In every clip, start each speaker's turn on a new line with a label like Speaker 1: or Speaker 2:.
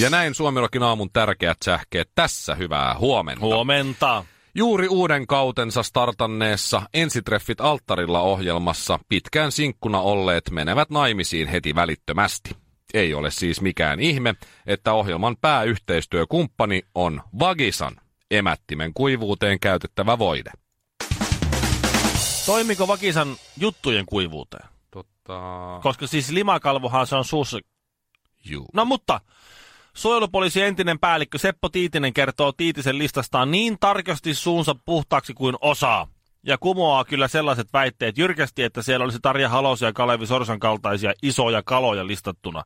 Speaker 1: Ja näin Suomirokin aamun tärkeät sähkeet. Tässä hyvää huomenta.
Speaker 2: Huomenta.
Speaker 1: Juuri uuden kautensa startanneessa Ensitreffit alttarilla ohjelmassa pitkään sinkkuna olleet menevät naimisiin heti välittömästi. Ei ole siis mikään ihme, että ohjelman pääyhteistyökumppani on Vagisan, emättimen kuivuuteen käytettävä voide.
Speaker 2: Toimiko vakisan juttujen kuivuuteen?
Speaker 1: Totta.
Speaker 2: Koska siis limakalvohan se on suussa.
Speaker 1: Juu.
Speaker 2: No mutta, suojelupoliisi entinen päällikkö Seppo Tiitinen kertoo Tiitisen listastaan niin tarkasti suunsa puhtaaksi kuin osaa. Ja kumoaa kyllä sellaiset väitteet jyrkästi, että siellä olisi Tarja Halosen ja Kalevi Sorsan kaltaisia isoja kaloja listattuna.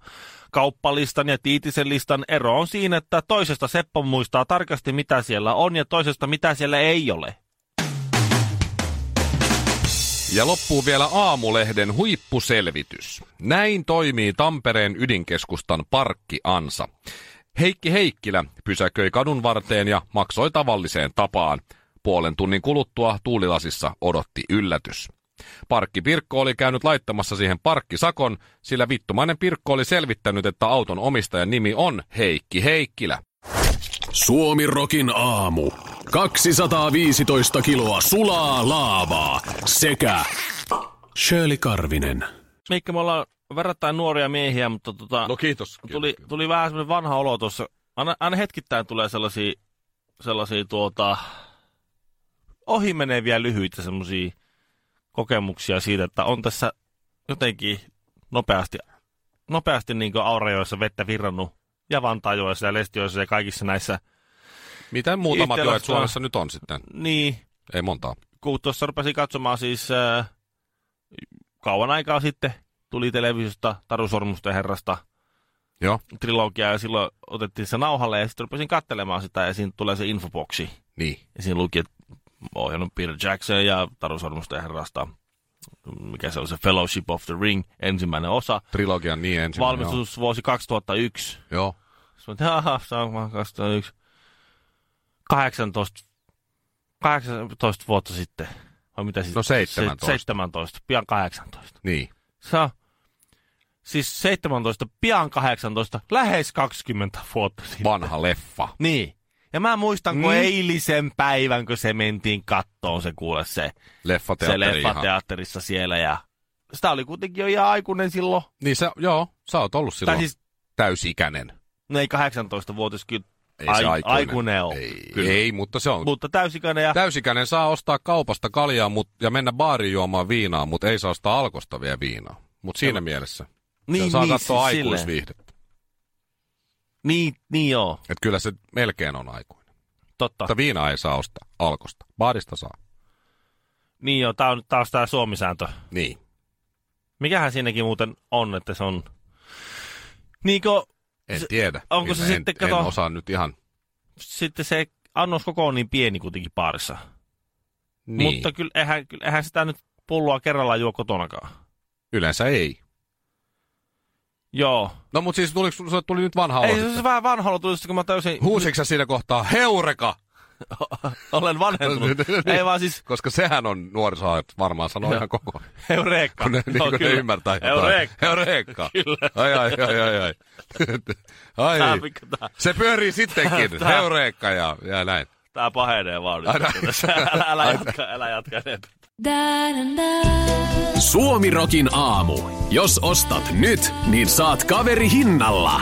Speaker 2: Kauppalistan ja Tiitisen listan ero on siinä, että toisesta Seppo muistaa tarkasti mitä siellä on ja toisesta mitä siellä ei ole.
Speaker 1: Ja loppuu vielä aamulehden huippuselvitys. Näin toimii Tampereen ydinkeskustan parkkiansa. Heikki Heikkilä pysäköi kadun varteen ja maksoi tavalliseen tapaan. Puolen tunnin kuluttua tuulilasissa odotti yllätys. Parkki Pirkko oli käynyt laittamassa siihen parkkisakon, sillä vittumainen Pirkko oli selvittänyt, että auton omistajan nimi on Heikki Heikkilä.
Speaker 3: Suomi Rokin aamu. 215 kiloa sulaa laavaa sekä Shirley Karvinen.
Speaker 2: Mikä me ollaan verrattain nuoria miehiä, mutta tota,
Speaker 1: No kiitos.
Speaker 2: tuli, tuli vähän semmoinen vanha olo tuossa. Aina, aina hetkittäin tulee sellaisia, sellaisia tuota, ohimeneviä lyhyitä semmoisia kokemuksia siitä, että on tässä jotenkin nopeasti, nopeasti niin Aurajoissa vettä virrannut ja Vantaajoissa ja Lestiöissä ja kaikissa näissä.
Speaker 1: Miten muutamat
Speaker 2: Itsellä
Speaker 1: joet
Speaker 2: sitä-
Speaker 1: Suomessa nyt on sitten?
Speaker 2: Niin,
Speaker 1: Ei montaa.
Speaker 2: kun tuossa rupesin katsomaan siis ää, kauan aikaa sitten, tuli televisiosta Taru Sormusten herrasta
Speaker 1: Joo.
Speaker 2: trilogiaa ja silloin otettiin se nauhalle ja sitten rupesin katselemaan sitä ja siinä tulee se infoboksi.
Speaker 1: Niin.
Speaker 2: Ja siinä luki, että ohjannut Peter Jackson ja Taru Sormusten herrasta, mikä se on se Fellowship of the Ring, ensimmäinen osa.
Speaker 1: Trilogian niin ensimmäinen.
Speaker 2: Valmistusvuosi 2001.
Speaker 1: Joo. joo.
Speaker 2: Sitten mä aha, sama 2001. 18, 18 vuotta sitten. Vai mitä siis?
Speaker 1: No 17.
Speaker 2: Se- 17, pian 18.
Speaker 1: Niin.
Speaker 2: Se on, siis 17, pian 18, lähes 20 vuotta sitten.
Speaker 1: Vanha leffa.
Speaker 2: Niin. Ja mä muistan, kun
Speaker 1: Mm.
Speaker 2: mm. eilisen päivän, kun se mentiin kattoon, se kuule se, se
Speaker 1: Leffateatteri
Speaker 2: leffa
Speaker 1: ihan.
Speaker 2: teatterissa siellä. Ja sitä oli kuitenkin jo ihan aikuinen silloin.
Speaker 1: Niin sä, joo, sä oot ollut
Speaker 2: Tai
Speaker 1: silloin
Speaker 2: siis,
Speaker 1: täysikäinen.
Speaker 2: no ei 18-vuotias, kyllä
Speaker 1: Ei
Speaker 2: Ai-
Speaker 1: se aikuinen.
Speaker 2: aikuinen oo.
Speaker 1: Ei,
Speaker 2: Kyllä.
Speaker 1: ei, mutta se on. Mut.
Speaker 2: mutta täysikäinen ja
Speaker 1: Täysikäinen saa ostaa kaupasta kaljaa mut, ja mennä baariin juomaan viinaa, mutta ei saa ostaa alkosta vielä viinaa. Mutta siinä mielessä. Niin, saa katsoa
Speaker 2: siis silleen.
Speaker 1: aikuisviihdettä.
Speaker 2: Niin, niin joo,
Speaker 1: Et kyllä se melkein on aikuinen.
Speaker 2: totta.
Speaker 1: Mutta viinaa ei saa ostaa alkosta. Baarista saa.
Speaker 2: Niin joo, tää on nyt taas tää suomisääntö.
Speaker 1: Niin.
Speaker 2: Mikähän siinäkin muuten on, että se on... Niinkö
Speaker 1: En
Speaker 2: Se-
Speaker 1: tiedä.
Speaker 2: onko se
Speaker 1: Minä en,
Speaker 2: sitten,
Speaker 1: en
Speaker 2: kato-
Speaker 1: osaa nyt ihan.
Speaker 2: sitten se annos koko on niin pieni kuitenkin paarissa.
Speaker 1: Niin.
Speaker 2: Mutta kyllä eihän, kyllä eihän sitä nyt pulloa kerrallaan juo kotonakaan.
Speaker 1: Yleensä ei.
Speaker 2: Joo.
Speaker 1: No mutta siis tuliko, sulle tuli nyt vanha
Speaker 2: Ei,
Speaker 1: olo
Speaker 2: se,
Speaker 1: sitten?
Speaker 2: se vähän vanhalla tuli, kun mä täysin
Speaker 1: Huusitko sä siinä kohtaa, heureka?
Speaker 2: olen vanhentunut.
Speaker 1: Niin,
Speaker 2: ei vaan siis,
Speaker 1: Koska sehän on nuorisoajat varmaan sanoo ihan koko ajan.
Speaker 2: eureka.
Speaker 1: Kun ne, niin
Speaker 2: Joo,
Speaker 1: kun ne
Speaker 2: kyllä.
Speaker 1: ymmärtää jotain.
Speaker 2: Eureka.
Speaker 1: Eureka. Ai, ai, ai, ai, ai. ai.
Speaker 2: Tää, pikku- tää,
Speaker 1: Se pyörii sittenkin.
Speaker 2: Tää-
Speaker 1: Eureka ja, ja näin.
Speaker 2: tää pahenee vaan nyt.
Speaker 1: Aina.
Speaker 2: Älä, älä jatka, älä jatka enempää.
Speaker 3: Suomi Rokin aamu. Jos ostat nyt, niin saat kaveri hinnalla.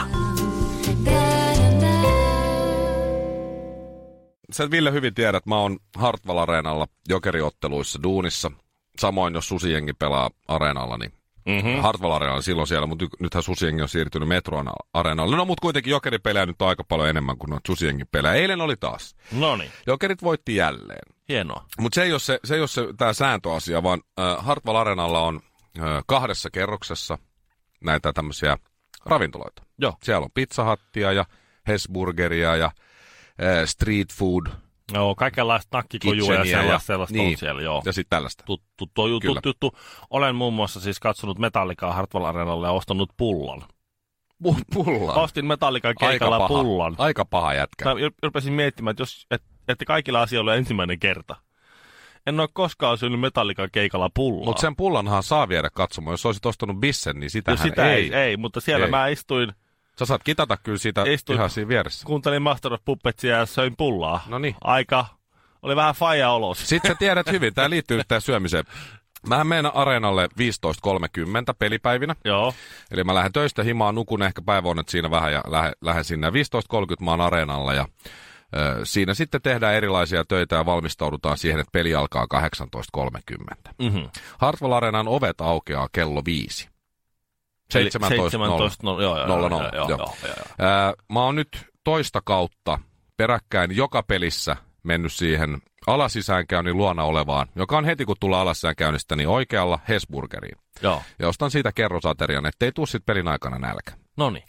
Speaker 1: Sä Ville hyvin tiedät, mä oon Hartwall Areenalla jokeriotteluissa duunissa. Samoin jos susijengi pelaa areenalla, niin
Speaker 2: Mhm.
Speaker 1: mm-hmm. Hartwall Areena oli silloin siellä, mutta ny- nythän susijengi on siirtynyt Metroon areenalle. No mutta kuitenkin jokeripelejä nyt on aika paljon enemmän kuin noita susijengin pelejä. Eilen oli taas.
Speaker 2: Noniin,
Speaker 1: Jokerit voitti jälleen.
Speaker 2: hienoa.
Speaker 1: Mutta se ei ole se, se, ei ole se tämä sääntöasia, vaan äh, Hartwall Arenalla on äh, kahdessa kerroksessa näitä tämmöisiä ravintoloita.
Speaker 2: Joo.
Speaker 1: Siellä on pizzahattia ja Hesburgeria ja äh, street food,
Speaker 2: Joo, kaikenlaista nakkikojua ja
Speaker 1: kitcheniä
Speaker 2: sellaista, sellaista niin. on siellä, joo.
Speaker 1: ja sitten tällaista.
Speaker 2: tuttu, tuo juttu,
Speaker 1: Kyllä.
Speaker 2: juttu. Olen muun muassa siis katsonut Metallicaa Hartwall Areenalla ja ostanut pullon.
Speaker 1: Pu- Pullaa.
Speaker 2: Ostin Metallican keikalla
Speaker 1: paha,
Speaker 2: pullon.
Speaker 1: aika paha jätkä.
Speaker 2: Mä ju- rupesin miettimään, että, jos, et, että kaikilla asioilla on ensimmäinen kerta. En ole koskaan syönyt Metallican keikalla pullaa.
Speaker 1: Mutta sen pullanhan saa viedä katsomaan. Jos olisit ostanut bissen, niin
Speaker 2: Jos
Speaker 1: sitähän ei.
Speaker 2: sitä ei, ei, mutta siellä
Speaker 1: Ei.
Speaker 2: ei. mä istuin,
Speaker 1: Sä saat kitata kyllä siitä
Speaker 2: Istuin-
Speaker 1: ihan siinä vieressä.
Speaker 2: kuuntelin Master of Puppetsia ja söin pullaa.
Speaker 1: No niin.
Speaker 2: Aika, oli vähän faija olos.
Speaker 1: Sitten sä tiedät hyvin, tämä liittyy nyt tähän syömiseen. Mähän menen areenalle 15.30 pelipäivinä.
Speaker 2: Joo,
Speaker 1: Eli mä lähden töistä himaan, nukun ehkä päiväonet siinä vähän ja lähden, lähden sinne. 15.30 mä oon areenalla ja ö, siinä sitten tehdään erilaisia töitä ja valmistaudutaan siihen, että peli alkaa 18.30.
Speaker 2: mm-hmm.
Speaker 1: Hartwall Areenan ovet aukeaa kello 5. 17.00.
Speaker 2: 17 no, joo, joo,
Speaker 1: Nolla,
Speaker 2: joo,
Speaker 1: nolla, joo.
Speaker 2: joo, joo, joo, joo.
Speaker 1: Ää, Mä oon nyt toista kautta peräkkäin joka pelissä mennyt siihen alasisäänkäynnin luona olevaan, joka on heti kun tulee alasisäänkäynnistä, niin oikealla Hesburgeriin.
Speaker 2: joo.
Speaker 1: Ja ostan siitä kerrosaterian, ettei tuu sit pelin aikana nälkä.
Speaker 2: No niin.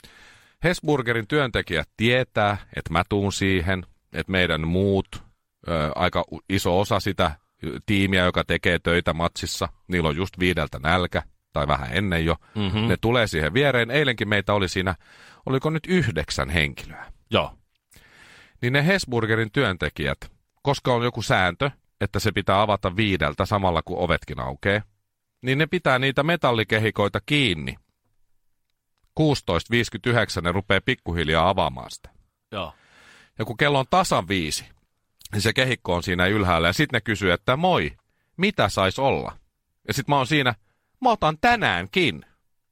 Speaker 1: Hesburgerin työntekijät tietää, että mä tuun siihen, että meidän muut, ö, aika u- iso osa sitä ö, tiimiä, joka tekee töitä matsissa, niillä on just viideltä nälkä, tai vähän ennen jo, mm-hmm. ne tulee siihen viereen. Eilenkin meitä oli siinä, oliko nyt yhdeksän henkilöä.
Speaker 2: Joo.
Speaker 1: Niin ne Hesburgerin työntekijät, koska on joku sääntö, että se pitää avata viideltä samalla kun ovetkin aukee, niin ne pitää niitä metallikehikoita kiinni. 16.59 ne rupeaa pikkuhiljaa avaamaan sitä.
Speaker 2: Joo.
Speaker 1: Ja kun kello on tasan viisi, niin se kehikko on siinä ylhäällä. Ja sitten ne kysyy, että moi, mitä sais olla? Ja sitten mä oon siinä, mä otan tänäänkin.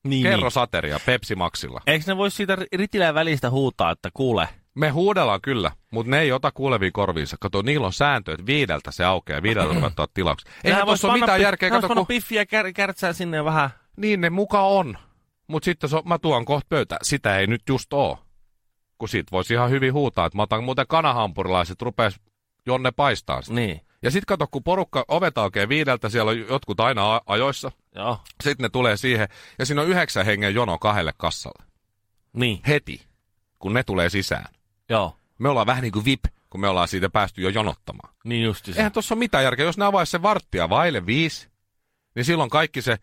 Speaker 2: Niin,
Speaker 1: Kerro sateria Pepsi Maxilla.
Speaker 2: Eikö ne voi siitä ri- ritilän välistä huutaa, että kuule?
Speaker 1: Me huudellaan kyllä, mutta ne ei ota kuuleviin korviinsa. Kato, niillä on sääntö, että viideltä se aukeaa ja viideltä ruvetaan tilauksia. Ei
Speaker 2: Nehän vois
Speaker 1: tuossa ole
Speaker 2: panna
Speaker 1: mitään
Speaker 2: pi-
Speaker 1: järkeä,
Speaker 2: nehän
Speaker 1: kato,
Speaker 2: vois panna
Speaker 1: kun
Speaker 2: piffiä kär, kärtsää sinne ja vähän.
Speaker 1: niin ne muka on. Mutta sitten se on- mä tuon kohta pöytään. Sitä ei nyt just oo. Kun siitä voisi ihan hyvin huutaa, että mä otan muuten kanahampurilaiset, rupes Jonne paistaa sitä.
Speaker 2: Niin.
Speaker 1: Ja sitten kato, kun porukka ovet aukeaa viideltä, siellä on jotkut aina a- ajoissa.
Speaker 2: Joo.
Speaker 1: Sitten ne tulee siihen, ja siinä on yhdeksän hengen jono kahdelle kassalle.
Speaker 2: Niin.
Speaker 1: Heti, kun ne tulee sisään.
Speaker 2: Joo.
Speaker 1: Me ollaan vähän niin kuin VIP, kun me ollaan siitä päästy jo jonottamaan.
Speaker 2: Niin justi se.
Speaker 1: Eihän tuossa ole mitään järkeä. Jos ne avaisi se varttia vaille viisi, niin silloin kaikki se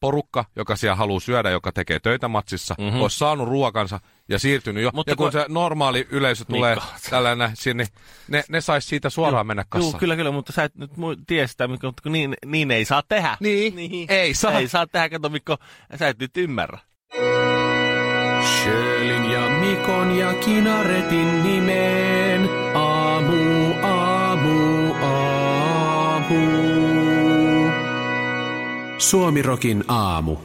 Speaker 1: porukka, joka siellä haluaa syödä, joka tekee töitä matsissa, mm-hmm. olisi saanut ruokansa ja siirtynyt jo.
Speaker 2: Mhm.
Speaker 1: Mutta
Speaker 2: Mutta
Speaker 1: ja kun,
Speaker 2: kun-
Speaker 1: kun se normaali yleisö tulee
Speaker 2: Niin, kautta.
Speaker 1: tällainen sinne, ne, ne saisi siitä suoraan mennä kassaan.
Speaker 2: Joo, kyllä, kyllä, mutta sä et nyt mu- tiedä sitä, Mikko, mutta kun niin, niin ei saa tehdä.
Speaker 1: Niin, ei saa.
Speaker 2: Ei saa tehdä, kato Mikko, sä et nyt ymmärrä.
Speaker 3: Sjölin ja Mikon ja Kinaretin nimeen. Aamu, aamu, aamu. Suomirokin aamu.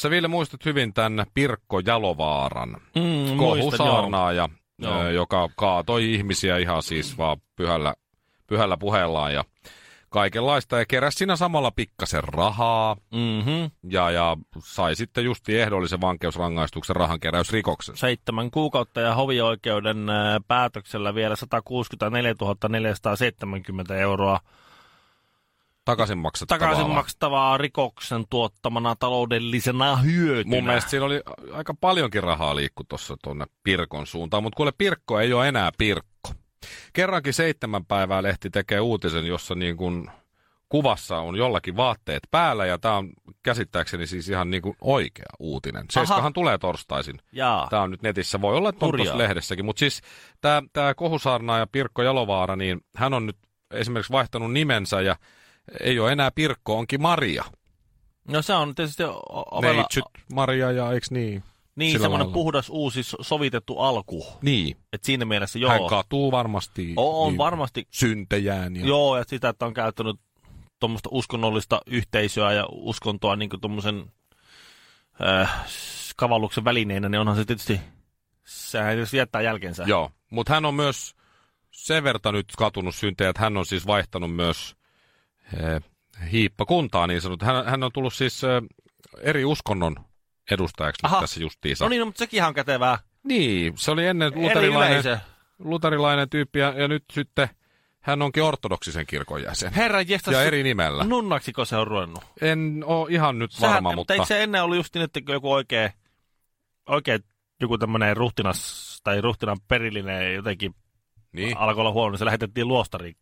Speaker 1: Sä Ville muistat hyvin tämän Pirkko Jalovaaran
Speaker 2: Mm,
Speaker 1: kohusaarnaaja,
Speaker 2: Joo.
Speaker 1: ö, joka kaatoi ihmisiä ihan siis vaan pyhällä, pyhällä puheellaan ja kaikenlaista. Ja keräsi siinä samalla pikkasen rahaa
Speaker 2: Mm-hmm.
Speaker 1: ja, ja sai sitten justi ehdollisen vankeusrangaistuksen rahankeräysrikoksen.
Speaker 2: Seitsemän kuukautta ja hovioikeuden äh, päätöksellä vielä 164 470 euroa
Speaker 1: Takaisin maksettavaa.
Speaker 2: takaisin maksettavaa rikoksen tuottamana taloudellisena hyötynä.
Speaker 1: Mun mielestä siinä oli aika paljonkin rahaa liikku tuossa tuonne Pirkon suuntaan, mutta kuule Pirkko ei ole enää Pirkko. Kerrankin seitsemän päivää lehti tekee uutisen, jossa niin kuin kuvassa on jollakin vaatteet päällä ja tämä on käsittääkseni siis ihan niin kuin oikea uutinen. Seiskahan tulee torstaisin.
Speaker 2: Jaa.
Speaker 1: Tämä on nyt netissä, voi olla, että on
Speaker 2: Hurjaa.
Speaker 1: tuossa lehdessäkin, mutta siis tämä, tämä Kohusaarna ja Pirkko Jalovaara, niin hän on nyt esimerkiksi vaihtanut nimensä ja ei ole enää Pirkko, onkin Maria.
Speaker 2: No se on tietysti o- o- ovella,
Speaker 1: Neitsyt Maria ja eiks niin?
Speaker 2: niin
Speaker 1: sillä
Speaker 2: semmoinen
Speaker 1: lailla.
Speaker 2: puhdas uusi so- sovitettu alku.
Speaker 1: Niin.
Speaker 2: Et siinä mielessä
Speaker 1: Joo. Hän
Speaker 2: joo,
Speaker 1: katuu varmasti
Speaker 2: on
Speaker 1: niin,
Speaker 2: varmasti
Speaker 1: syntejään. Ja...
Speaker 2: Joo. Joo, ja sitä, että on käyttänyt tuommoista uskonnollista yhteisöä ja uskontoa niin tuommoisen äh, s- kavalluksen välineenä, niin onhan se tietysti, sehän tietysti jättää jälkensä.
Speaker 1: Joo. Mutta hän on myös sen verran nyt katunut syntejä, että hän on siis vaihtanut myös eh, hiippakuntaa niin sanottu. Hän, hän on tullut siis eh, eri uskonnon edustajaksi nyt
Speaker 2: Aha.
Speaker 1: tässä justiinsa.
Speaker 2: No niin, no, mutta sekin ihan kätevää.
Speaker 1: niin, se oli ennen
Speaker 2: Eri
Speaker 1: luterilainen,
Speaker 2: yleisö.
Speaker 1: luterilainen tyyppi ja, ja nyt sitten hän onkin ortodoksisen kirkon jäsen.
Speaker 2: Herra jestas,
Speaker 1: ja eri nimellä.
Speaker 2: No. nunnaksiko se on ruvennut?
Speaker 1: En ole ihan nyt varma, mutta...
Speaker 2: eikö se ennen ollut just niin, että joku oikea, oikea joku tämmöinen ruhtinas tai ruhtinan perillinen jotenkin
Speaker 1: Niin,
Speaker 2: alkoi olla huono, niin se lähetettiin luostariin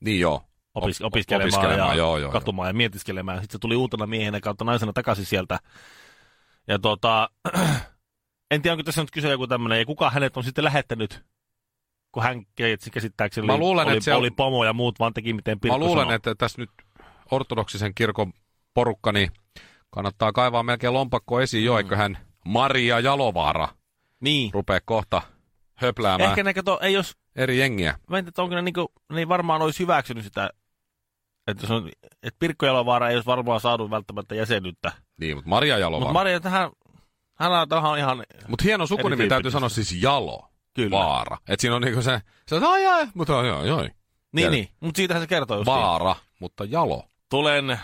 Speaker 1: niin joo.
Speaker 2: opis,
Speaker 1: Op-
Speaker 2: opiskelemaan,
Speaker 1: opiskelemaan,
Speaker 2: ja
Speaker 1: joo, joo,
Speaker 2: katumaan ja mietiskelemään. Sitten se tuli uutena miehenä kautta naisena takaisin sieltä. Ja tota, en tiedä, onko tässä nyt kyse joku tämmöinen, ja kuka hänet on sitten lähettänyt, kun hän käsi- käsittääkseni
Speaker 1: Mä
Speaker 2: oli,
Speaker 1: luulen,
Speaker 2: oli,
Speaker 1: että se on-
Speaker 2: oli pomo ja muut vaan teki miten
Speaker 1: Mä
Speaker 2: Pirkko
Speaker 1: luulen,
Speaker 2: sanoo.
Speaker 1: että tässä nyt ortodoksisen kirkon porukka, niin kannattaa kaivaa melkein lompakko esiin
Speaker 2: Mm.
Speaker 1: jo, eikö hän Maria Jalovaara
Speaker 2: Niin.
Speaker 1: rupee kohta höpläämään
Speaker 2: Ehkä ne kato, ei jos,
Speaker 1: eri jengiä.
Speaker 2: mä en tiedä, että onko ne niinku, ne ei varmaan olisi hyväksynyt sitä, että, jos on, että Pirkko Jalovaara ei olisi varmaan saanut välttämättä jäsenyyttä.
Speaker 1: Niin, mutta Maria Jalovaara.
Speaker 2: Mutta
Speaker 1: Mutta
Speaker 2: Maria, tähän, hän on, tähän on ihan,
Speaker 1: Mut hieno sukunimi
Speaker 2: Eri
Speaker 1: täytyy
Speaker 2: tyyppinen.
Speaker 1: sanoa siis Jalo.
Speaker 2: Kyllä.
Speaker 1: Vaara. Et siinä on niinku se, se on, ai, ai, mutta joo, joo, joo.
Speaker 2: niin,
Speaker 1: Tiedä.
Speaker 2: niin, mutta siitähän se kertoo just
Speaker 1: Vaara, mutta Jalo.
Speaker 2: tulen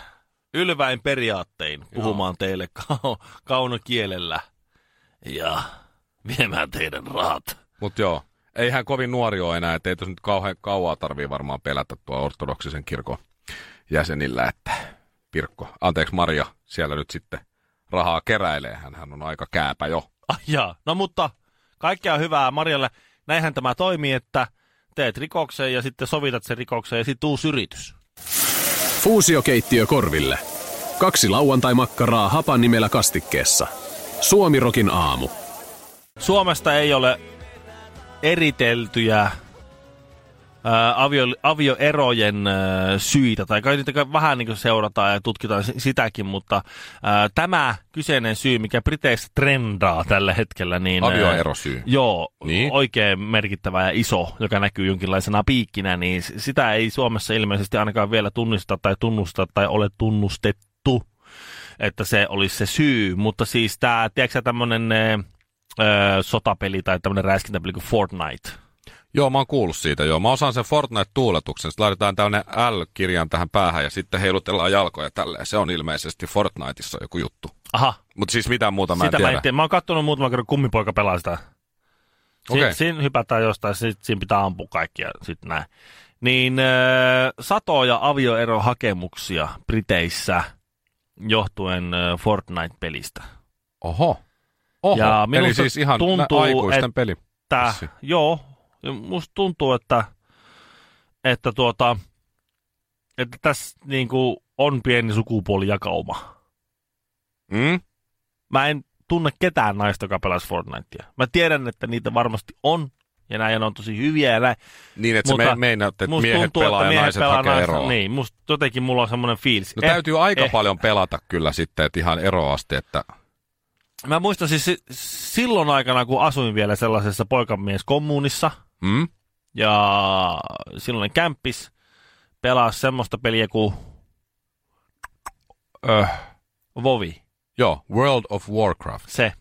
Speaker 2: ylväin periaattein puhumaan teille kau- kaunokielellä ja viemään teidän rahat.
Speaker 1: Mutta joo, eihän kovin nuori ole enää, ettei tässä nyt kauhean kauaa tarvii varmaan pelätä tuo ortodoksisen kirkon jäsenillä, että Pirkko, anteeksi Maria, siellä nyt sitten rahaa keräilee, hän on aika kääpä jo.
Speaker 2: Ah, jaa. No mutta kaikkea hyvää Marjalle. Näinhän tämä toimii, että teet rikoksen ja sitten sovitat sen rikoksen ja sitten uusi yritys.
Speaker 3: Fuusiokeittiö korville. Kaksi lauantai-makkaraa hapan nimellä kastikkeessa. Suomirokin aamu.
Speaker 2: Suomesta ei ole eriteltyjä ää, avio, avioerojen ää, syitä, tai kai niitä kai vähän niin seurataan ja tutkitaan si- sitäkin, mutta ää, tämä kyseinen syy, mikä Briteissä trendaa tällä hetkellä, niin... ää,
Speaker 1: Avioerosyy.
Speaker 2: Joo,
Speaker 1: Niin.
Speaker 2: niin? oikein merkittävä ja iso, joka näkyy jonkinlaisena piikkinä, niin s- sitä ei Suomessa ilmeisesti ainakaan vielä tunnista tai tunnusta tai ole tunnustettu, että se olisi se syy. Mutta siis tämä, tiedätkö tämmöinen eh, sotapeli tai tämmöinen räiskintäpeli kuin Fortnite?
Speaker 1: Joo, mä oon kuullut siitä joo. Mä osaan sen Fortnite-tuuletuksen. Sitten laitetaan tällainen L-kirjan tähän päähän ja sitten heilutellaan jalkoja tälleen. Se on ilmeisesti Fortniteissa joku juttu.
Speaker 2: Aha,
Speaker 1: Mutta siis mitään muuta mä en
Speaker 2: sitä
Speaker 1: tiedä.
Speaker 2: mä en tiedä. Mä oon kattonut muutaman kerran kummipoika pelaa sitä. Si-
Speaker 1: Okei.
Speaker 2: Siinä hypätään jostain, sit, siinä pitää ampua kaikkia, sitten näin. Niin äh, satoja avioerohakemuksia Briteissä johtuen äh, Fortnite-pelistä.
Speaker 1: Oho. Oho.
Speaker 2: Ja
Speaker 1: Eli
Speaker 2: minusta
Speaker 1: siis ihan
Speaker 2: tuntuu,
Speaker 1: nä- aikuisten
Speaker 2: et-
Speaker 1: peli.
Speaker 2: Tää,
Speaker 1: Vissi.
Speaker 2: joo, ja musta tuntuu, että, että, tuota, että tässä niinku on pieni sukupuolijakauma.
Speaker 1: Mm?
Speaker 2: mä en tunne ketään naista, joka pelasi Fortnitea. Mä tiedän, että niitä varmasti on, ja näin ja ne on tosi hyviä, ja näin.
Speaker 1: Niin, että
Speaker 2: Mutta
Speaker 1: se me- meinaat, että
Speaker 2: Musta
Speaker 1: miehet pelaa ja naiset hakee
Speaker 2: naista.
Speaker 1: eroa.
Speaker 2: Niin, musta jotenkin mulla on semmoinen fiilis.
Speaker 1: No täytyy aika
Speaker 2: eh.
Speaker 1: paljon pelata kyllä sitten, että ihan eroasti, että
Speaker 2: Mä muistan siis si- silloin aikana, kun asuin vielä sellaisessa poikamieskommuunissa,
Speaker 1: mm?
Speaker 2: ja silloin kämppis pelasi semmoista peliä kuin öh, Vovi,
Speaker 1: joo, World of Warcraft,
Speaker 2: se.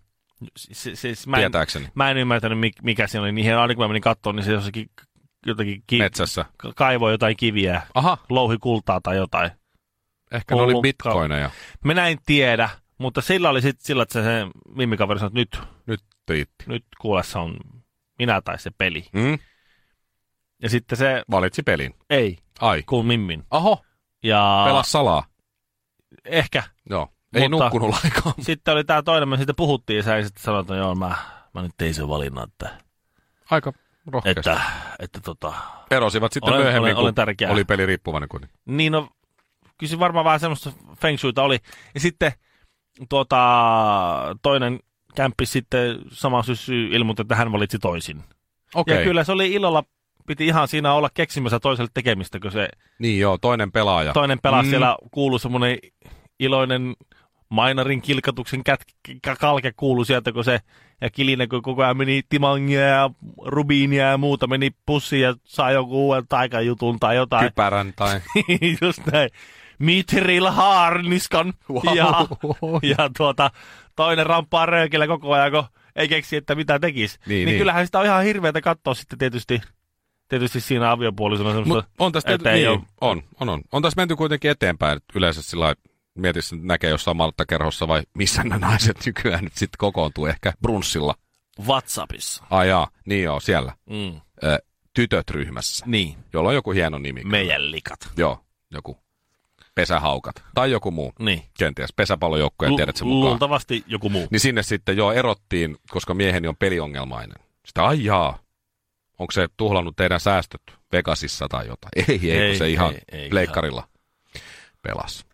Speaker 2: Siis, siis mä en,
Speaker 1: tietääkseni,
Speaker 2: mä en ymmärtänyt, mik- mikä siinä oli. Niin aina kun mä menin kattoon, niin se jossakin jotenkin ki-
Speaker 1: metsässä.
Speaker 2: ka- kaivoi jotain kiviä,
Speaker 1: Aha,
Speaker 2: louhi kultaa tai jotain.
Speaker 1: ehkä ne oli
Speaker 2: Hullu-
Speaker 1: bitcoineja.
Speaker 2: Minä en tiedä, mutta sillä oli sitten sillä, että se sen mimmikaveri sanoi, että nyt,
Speaker 1: Nyt tiitti.
Speaker 2: nyt kuulessa on minä tai se peli.
Speaker 1: Mm?
Speaker 2: Ja sitten se
Speaker 1: Valitsi pelin.
Speaker 2: ei,
Speaker 1: Ai.
Speaker 2: kuul mimmin.
Speaker 1: Aho,
Speaker 2: Ja
Speaker 1: pelas salaa.
Speaker 2: ehkä.
Speaker 1: Joo, ei
Speaker 2: Mutta-
Speaker 1: nukkunut aikaa.
Speaker 2: Sitten oli tämä toinen, me siitä puhuttiin ja sä sitten sanoit, että joo, mä, mä nyt tein sen valinnan, että,
Speaker 1: Aika rohkeasti.
Speaker 2: että, että tota,
Speaker 1: Erosivat sitten
Speaker 2: Olen-
Speaker 1: myöhemmin,
Speaker 2: olen-
Speaker 1: kun
Speaker 2: olen tärkeä.
Speaker 1: oli peli riippuvainen kuitenkin.
Speaker 2: Niin no, kyllä se varmaan vähän semmoista feng shuita oli. Ja sitten tuota, toinen kämppi sitten sama syssy ilmoitti, että hän valitsi toisin.
Speaker 1: Okei,
Speaker 2: Ja kyllä se oli ilolla, piti ihan siinä olla keksimässä toiselle tekemistä, kun se
Speaker 1: niin joo, toinen pelaaja.
Speaker 2: toinen pelasi
Speaker 1: Mm.
Speaker 2: mm. siellä, kuului semmoinen iloinen mainarin kilkatuksen kät, k- kalke kuului sieltä, kun se ja Kilinen, kun koko ajan meni timangia ja rubiinia ja muuta, meni pussiin ja sai joku uuden taikajutun tai jotain.
Speaker 1: Kypärän tai...
Speaker 2: Niin, just näin. Mitril Haarniskan.
Speaker 1: Wow.
Speaker 2: Ja, ja tuota, toinen rampaa röökillä koko ajan, kun ei keksi, että mitä tekisi.
Speaker 1: Niin,
Speaker 2: niin,
Speaker 1: niin.
Speaker 2: niin, kyllähän sitä on ihan hirveätä katsoa sitten tietysti, tietysti siinä aviopuolisena semmoista.
Speaker 1: Mut on tässä
Speaker 2: että
Speaker 1: tehty,
Speaker 2: ei
Speaker 1: niin,
Speaker 2: oo-
Speaker 1: on, on, on. On tässä menty kuitenkin eteenpäin että yleensä sillä lailla, mietis, että näkee jossain malttakerhossa vai missä nämä naiset nykyään nyt sitten kokoontuu ehkä brunssilla.
Speaker 2: Whatsappissa.
Speaker 1: Ai jaa, niin joo, siellä.
Speaker 2: Mm.
Speaker 1: Ö, tytöt ryhmässä,
Speaker 2: Niin,
Speaker 1: jolla on joku hieno nimi.
Speaker 2: meidän likat.
Speaker 1: Joo, joku pesähaukat tai joku muu,
Speaker 2: Niin.
Speaker 1: kenties pesäpallojoukkoja, tiedät sen mukaan.
Speaker 2: luultavasti joku muu.
Speaker 1: Niin sinne sitten joo erottiin, koska mieheni on peliongelmainen. Sitä ai jaa. Onko se tuhlannut teidän säästöt Vegasissa tai jotain? Ei, ei, ei kun se
Speaker 2: Ei,
Speaker 1: ihan
Speaker 2: ei, ei,
Speaker 1: pleikkarilla pelas.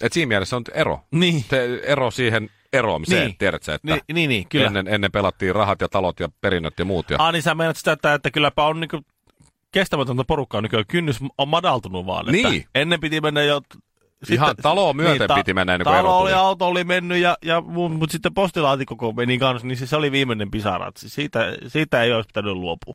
Speaker 1: Et siinä mielessä on ero.
Speaker 2: Niin.
Speaker 1: Te, ero siihen eroamiseen, niin.
Speaker 2: Niin.
Speaker 1: tiedätkö, että
Speaker 2: Niin, niin, niin, kyllä.
Speaker 1: Ennen, ennen pelattiin rahat ja talot ja perinnöt ja muut. Ja...
Speaker 2: Ah, niin sä menet sitä, että, että kylläpä on niinku kestämätöntä porukkaa nykyään. Kynnys on madaltunut vaan. Että
Speaker 1: Niin.
Speaker 2: Ennen piti mennä jo... niin,
Speaker 1: Ihan taloa myöten piti mennä ennen kuin ero
Speaker 2: Talo oli,
Speaker 1: tuli.
Speaker 2: auto oli mennyt, ja, ja, mutta sitten postilaatikko kun meni kanssa, niin se, se oli viimeinen pisaratsi. Siitä, siitä ei olisi pitänyt luopua.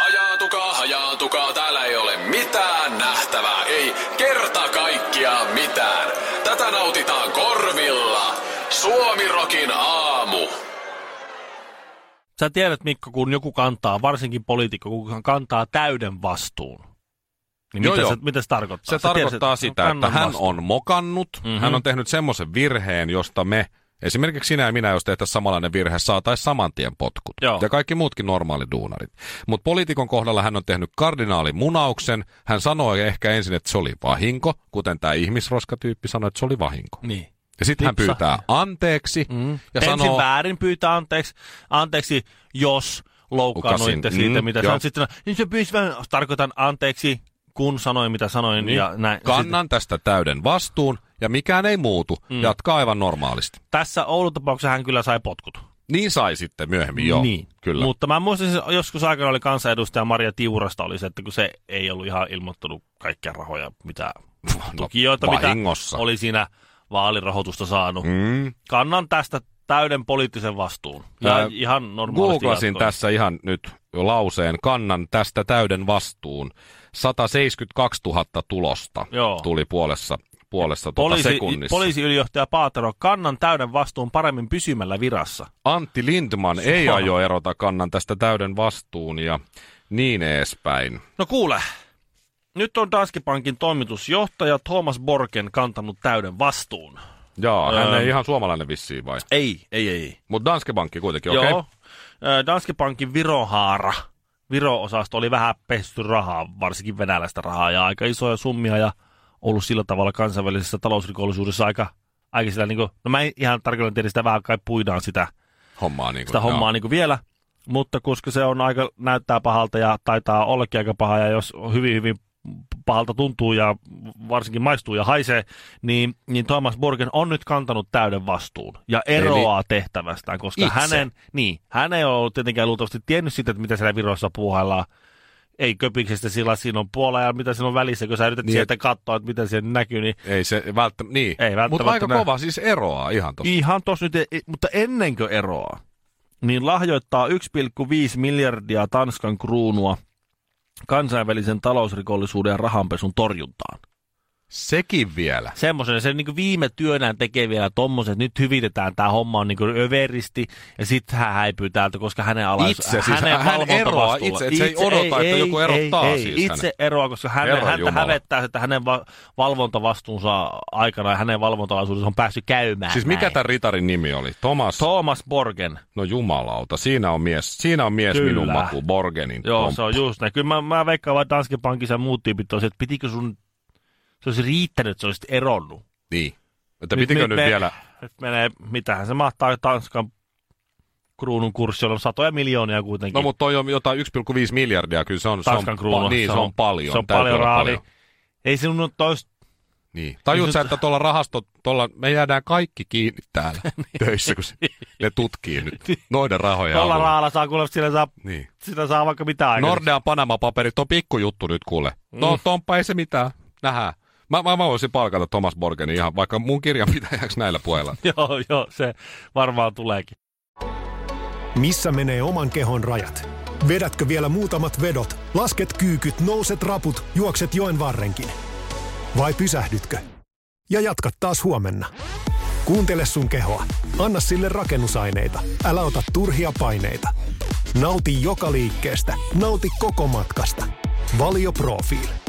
Speaker 3: Hajaatukaa, hajaatukaa, täällä ei ole mitään nähtävää, ei kerta kaikkiaan mitään. Tätä nautitaan korvilla. Suomirokin aamu.
Speaker 2: Sä tiedät, Mikko, kun joku kantaa, varsinkin poliitikko, kun kantaa täyden vastuun. Niin
Speaker 1: Joo,
Speaker 2: mitä,
Speaker 1: joo.
Speaker 2: Se, mitä se tarkoittaa?
Speaker 1: Se
Speaker 2: Ah, Sä tiedät,
Speaker 1: tarkoittaa
Speaker 2: että- Mhm.
Speaker 1: sitä, että
Speaker 2: kannan
Speaker 1: hän
Speaker 2: vastuun.
Speaker 1: on mokannut, mm-hmm. hän on tehnyt semmoisen virheen, josta me, esimerkiksi sinä ja minä, jos tehtäisiin samanlainen virhe, saataisiin saman tien potkut.
Speaker 2: Joo.
Speaker 1: Ja kaikki muutkin normaali duunarit. Mutta poliitikon kohdalla hän on tehnyt kardinaalimunauksen. Hän sanoi ehkä ensin, että se oli vahinko, kuten tämä ihmisroskatyyppi sanoi, että se oli vahinko.
Speaker 2: Niin.
Speaker 1: Ja sitten hän
Speaker 2: Lipsa.
Speaker 1: pyytää anteeksi mm. ja
Speaker 2: Mhm. Ensin
Speaker 1: sanoo,
Speaker 2: väärin pyytää anteeksi, anteeksi jos loukkaannuitte
Speaker 1: Ukasin.
Speaker 2: siitä,
Speaker 1: Mm,
Speaker 2: mitä
Speaker 1: joo.
Speaker 2: sanoit. Sitten niin se pyysi vähän, tarkoitan anteeksi, kun sanoin, mitä sanoin.
Speaker 1: niin,
Speaker 2: Niin. Ja näin.
Speaker 1: kannan tästä täyden vastuun ja mikään ei muutu,
Speaker 2: Mhm.
Speaker 1: mm. jatkaa aivan normaalisti.
Speaker 2: Sitten, tässä Oulun tapauksessa hän kyllä sai potkut.
Speaker 1: Niin sai sitten myöhemmin, joo.
Speaker 2: niin.
Speaker 1: Kyllä.
Speaker 2: Mutta mä muistan, siis joskus aikana oli kansanedustaja Maria Tiurasta oli se, että kun se ei ollut ihan ilmoittanut kaikkia rahoja, mitä tukijoita, mitä
Speaker 1: no, vahingossa.
Speaker 2: oli siinä vaalirahoitusta saanut. Mm.
Speaker 1: Mm.
Speaker 2: Kannan tästä täyden poliittisen vastuun. Ja
Speaker 1: Ää,
Speaker 2: ihan normaalisti
Speaker 1: Googlasin
Speaker 2: jatkoin.
Speaker 1: tässä ihan nyt lauseen, kannan tästä täyden vastuun. 172 000 tulosta
Speaker 2: Joo.
Speaker 1: tuli puolessa, puolessa tuota
Speaker 2: Poliisi,
Speaker 1: sekunnissa.
Speaker 2: poliisiylijohtaja Paatero, kannan täyden vastuun paremmin pysymällä virassa.
Speaker 1: Antti Lindman ei
Speaker 2: Suoraan.
Speaker 1: aio erota kannan tästä täyden vastuun ja niin edespäin.
Speaker 2: No kuule, nyt on Danske Bankin toimitusjohtaja Thomas Borken kantanut täyden vastuun.
Speaker 1: Jaa, öö. hän
Speaker 2: Öö.
Speaker 1: ei ihan suomalainen vissiin vai?
Speaker 2: Ei, ei, ei.
Speaker 1: Mutta Danske Bankki kuitenkin, okei.
Speaker 2: Joo.
Speaker 1: Okay.
Speaker 2: Ö, Danske Bankin Virohaara. Viro-osasto oli vähän pesty rahaa, varsinkin venäläistä rahaa ja aika isoja summia ja ollut sillä tavalla kansainvälisessä talousrikollisuudessa aika, aika sillä niin kuin, no mä en ihan tarkalleen tiedä sitä vähän kai puidaan sitä
Speaker 1: Hommaa niin kuin,
Speaker 2: sitä hommaa niin vielä. Mutta koska se on aika, näyttää pahalta ja taitaa ollakin aika paha ja jos hyvin hyvin pahalta tuntuu ja varsinkin maistuu ja haisee, niin, niin Thomas Borgen on nyt kantanut täyden vastuun ja eroaa Eli tehtävästään, koska
Speaker 1: itse.
Speaker 2: hänen, niin, hän ei ole tietenkään luultavasti tiennyt sitä, että mitä siellä virossa puuhaillaan. Ei köpiksestä sillä siinä on puolella ja mitä siinä on välissä, kun sä yrität
Speaker 1: Niin,
Speaker 2: niin, sieltä katsoa, että mitä siellä näkyy, niin
Speaker 1: Ei se välttämättä, niin.
Speaker 2: Ei välttämättä
Speaker 1: Mutta aika
Speaker 2: näin.
Speaker 1: kova siis eroaa ihan tosta.
Speaker 2: Ihan tos nyt, e- mutta ennen kuin eroaa, niin lahjoittaa 1,5 miljardia Tanskan kruunua kansainvälisen talousrikollisuuden ja rahanpesun torjuntaan.
Speaker 1: Sekin vielä.
Speaker 2: Semmoisen, se niin viime työnään tekee vielä tommosen, että nyt hyvitetään tämä homma on niin överisti ja sitten hän häipyy täältä, koska hänen alais...
Speaker 1: Itse, siis hän- hän
Speaker 2: valvontavastuulla-
Speaker 1: eroaa itse, että se ei odota, että joku erottaa
Speaker 2: ei,
Speaker 1: siis
Speaker 2: Itse
Speaker 1: hänet.
Speaker 2: eroaa, koska hän,
Speaker 1: Herra
Speaker 2: häntä
Speaker 1: Jumala.
Speaker 2: hävettää, se, että hänen va- valvontavastuunsa aikana ja hänen valvontalaisuutensa on päässyt käymään
Speaker 1: Siis mikä
Speaker 2: Äh, näin.
Speaker 1: tämän ritarin nimi oli? Thomas?
Speaker 2: Thomas Borgen.
Speaker 1: No jumalauta, siinä on mies, siinä on mies
Speaker 2: Kyllä.
Speaker 1: minun maku, Borgenin
Speaker 2: Joo,
Speaker 1: pomppa.
Speaker 2: se on just näin. Kyllä mä, mä veikkaan vaan Danske Bankissa ja muut tyypit on se, että pitikö sun, se olisi riittänyt, että se olisit eronnut.
Speaker 1: Niin. Että pitikö nyt,
Speaker 2: me-
Speaker 1: vielä,
Speaker 2: Nyt menee, mitähän se mahtaa Tanskan kruunun kurssi on satoja miljoonia kuitenkin.
Speaker 1: no mutta toi on jotain 1,5 miljardia, kyllä se on, se
Speaker 2: Tanskan
Speaker 1: on,
Speaker 2: kruunu.
Speaker 1: pa- niin, se on, paljon.
Speaker 2: Se on
Speaker 1: Täytyy
Speaker 2: paljon
Speaker 1: olla
Speaker 2: raali. Ei sinun ole toista.
Speaker 1: Niin. Tajut sä, että tuolla rahasto, tuolla, me jäädään kaikki kiinni täällä
Speaker 2: Niin.
Speaker 1: töissä, kun se- ne tutkii nyt noiden rahoja
Speaker 2: Tuolla
Speaker 1: avulla.
Speaker 2: raalla saa kuule, sillä saa,
Speaker 1: Niin.
Speaker 2: sillä saa vaikka mitä aikaa.
Speaker 1: Nordean Panama-paperit on pikkujuttu nyt kuule.
Speaker 2: Mm.
Speaker 1: No, Tomppa ei se mitään, nähdään. Mä, mä, mä voisin palkata Thomas Borgenin ihan, vaikka mun kirjanpitäjäksi näillä puheilla.
Speaker 2: joo, joo, se varmaan tuleekin.
Speaker 4: Missä menee oman kehon rajat? Vedätkö vielä muutamat vedot? Lasket kyykyt, nouset raput, juokset joen varrenkin. Vai pysähdytkö? Ja jatka taas huomenna. Kuuntele sun kehoa. Anna sille rakennusaineita. Älä ota turhia paineita. Nauti joka liikkeestä. Nauti koko matkasta. Valio Profiil.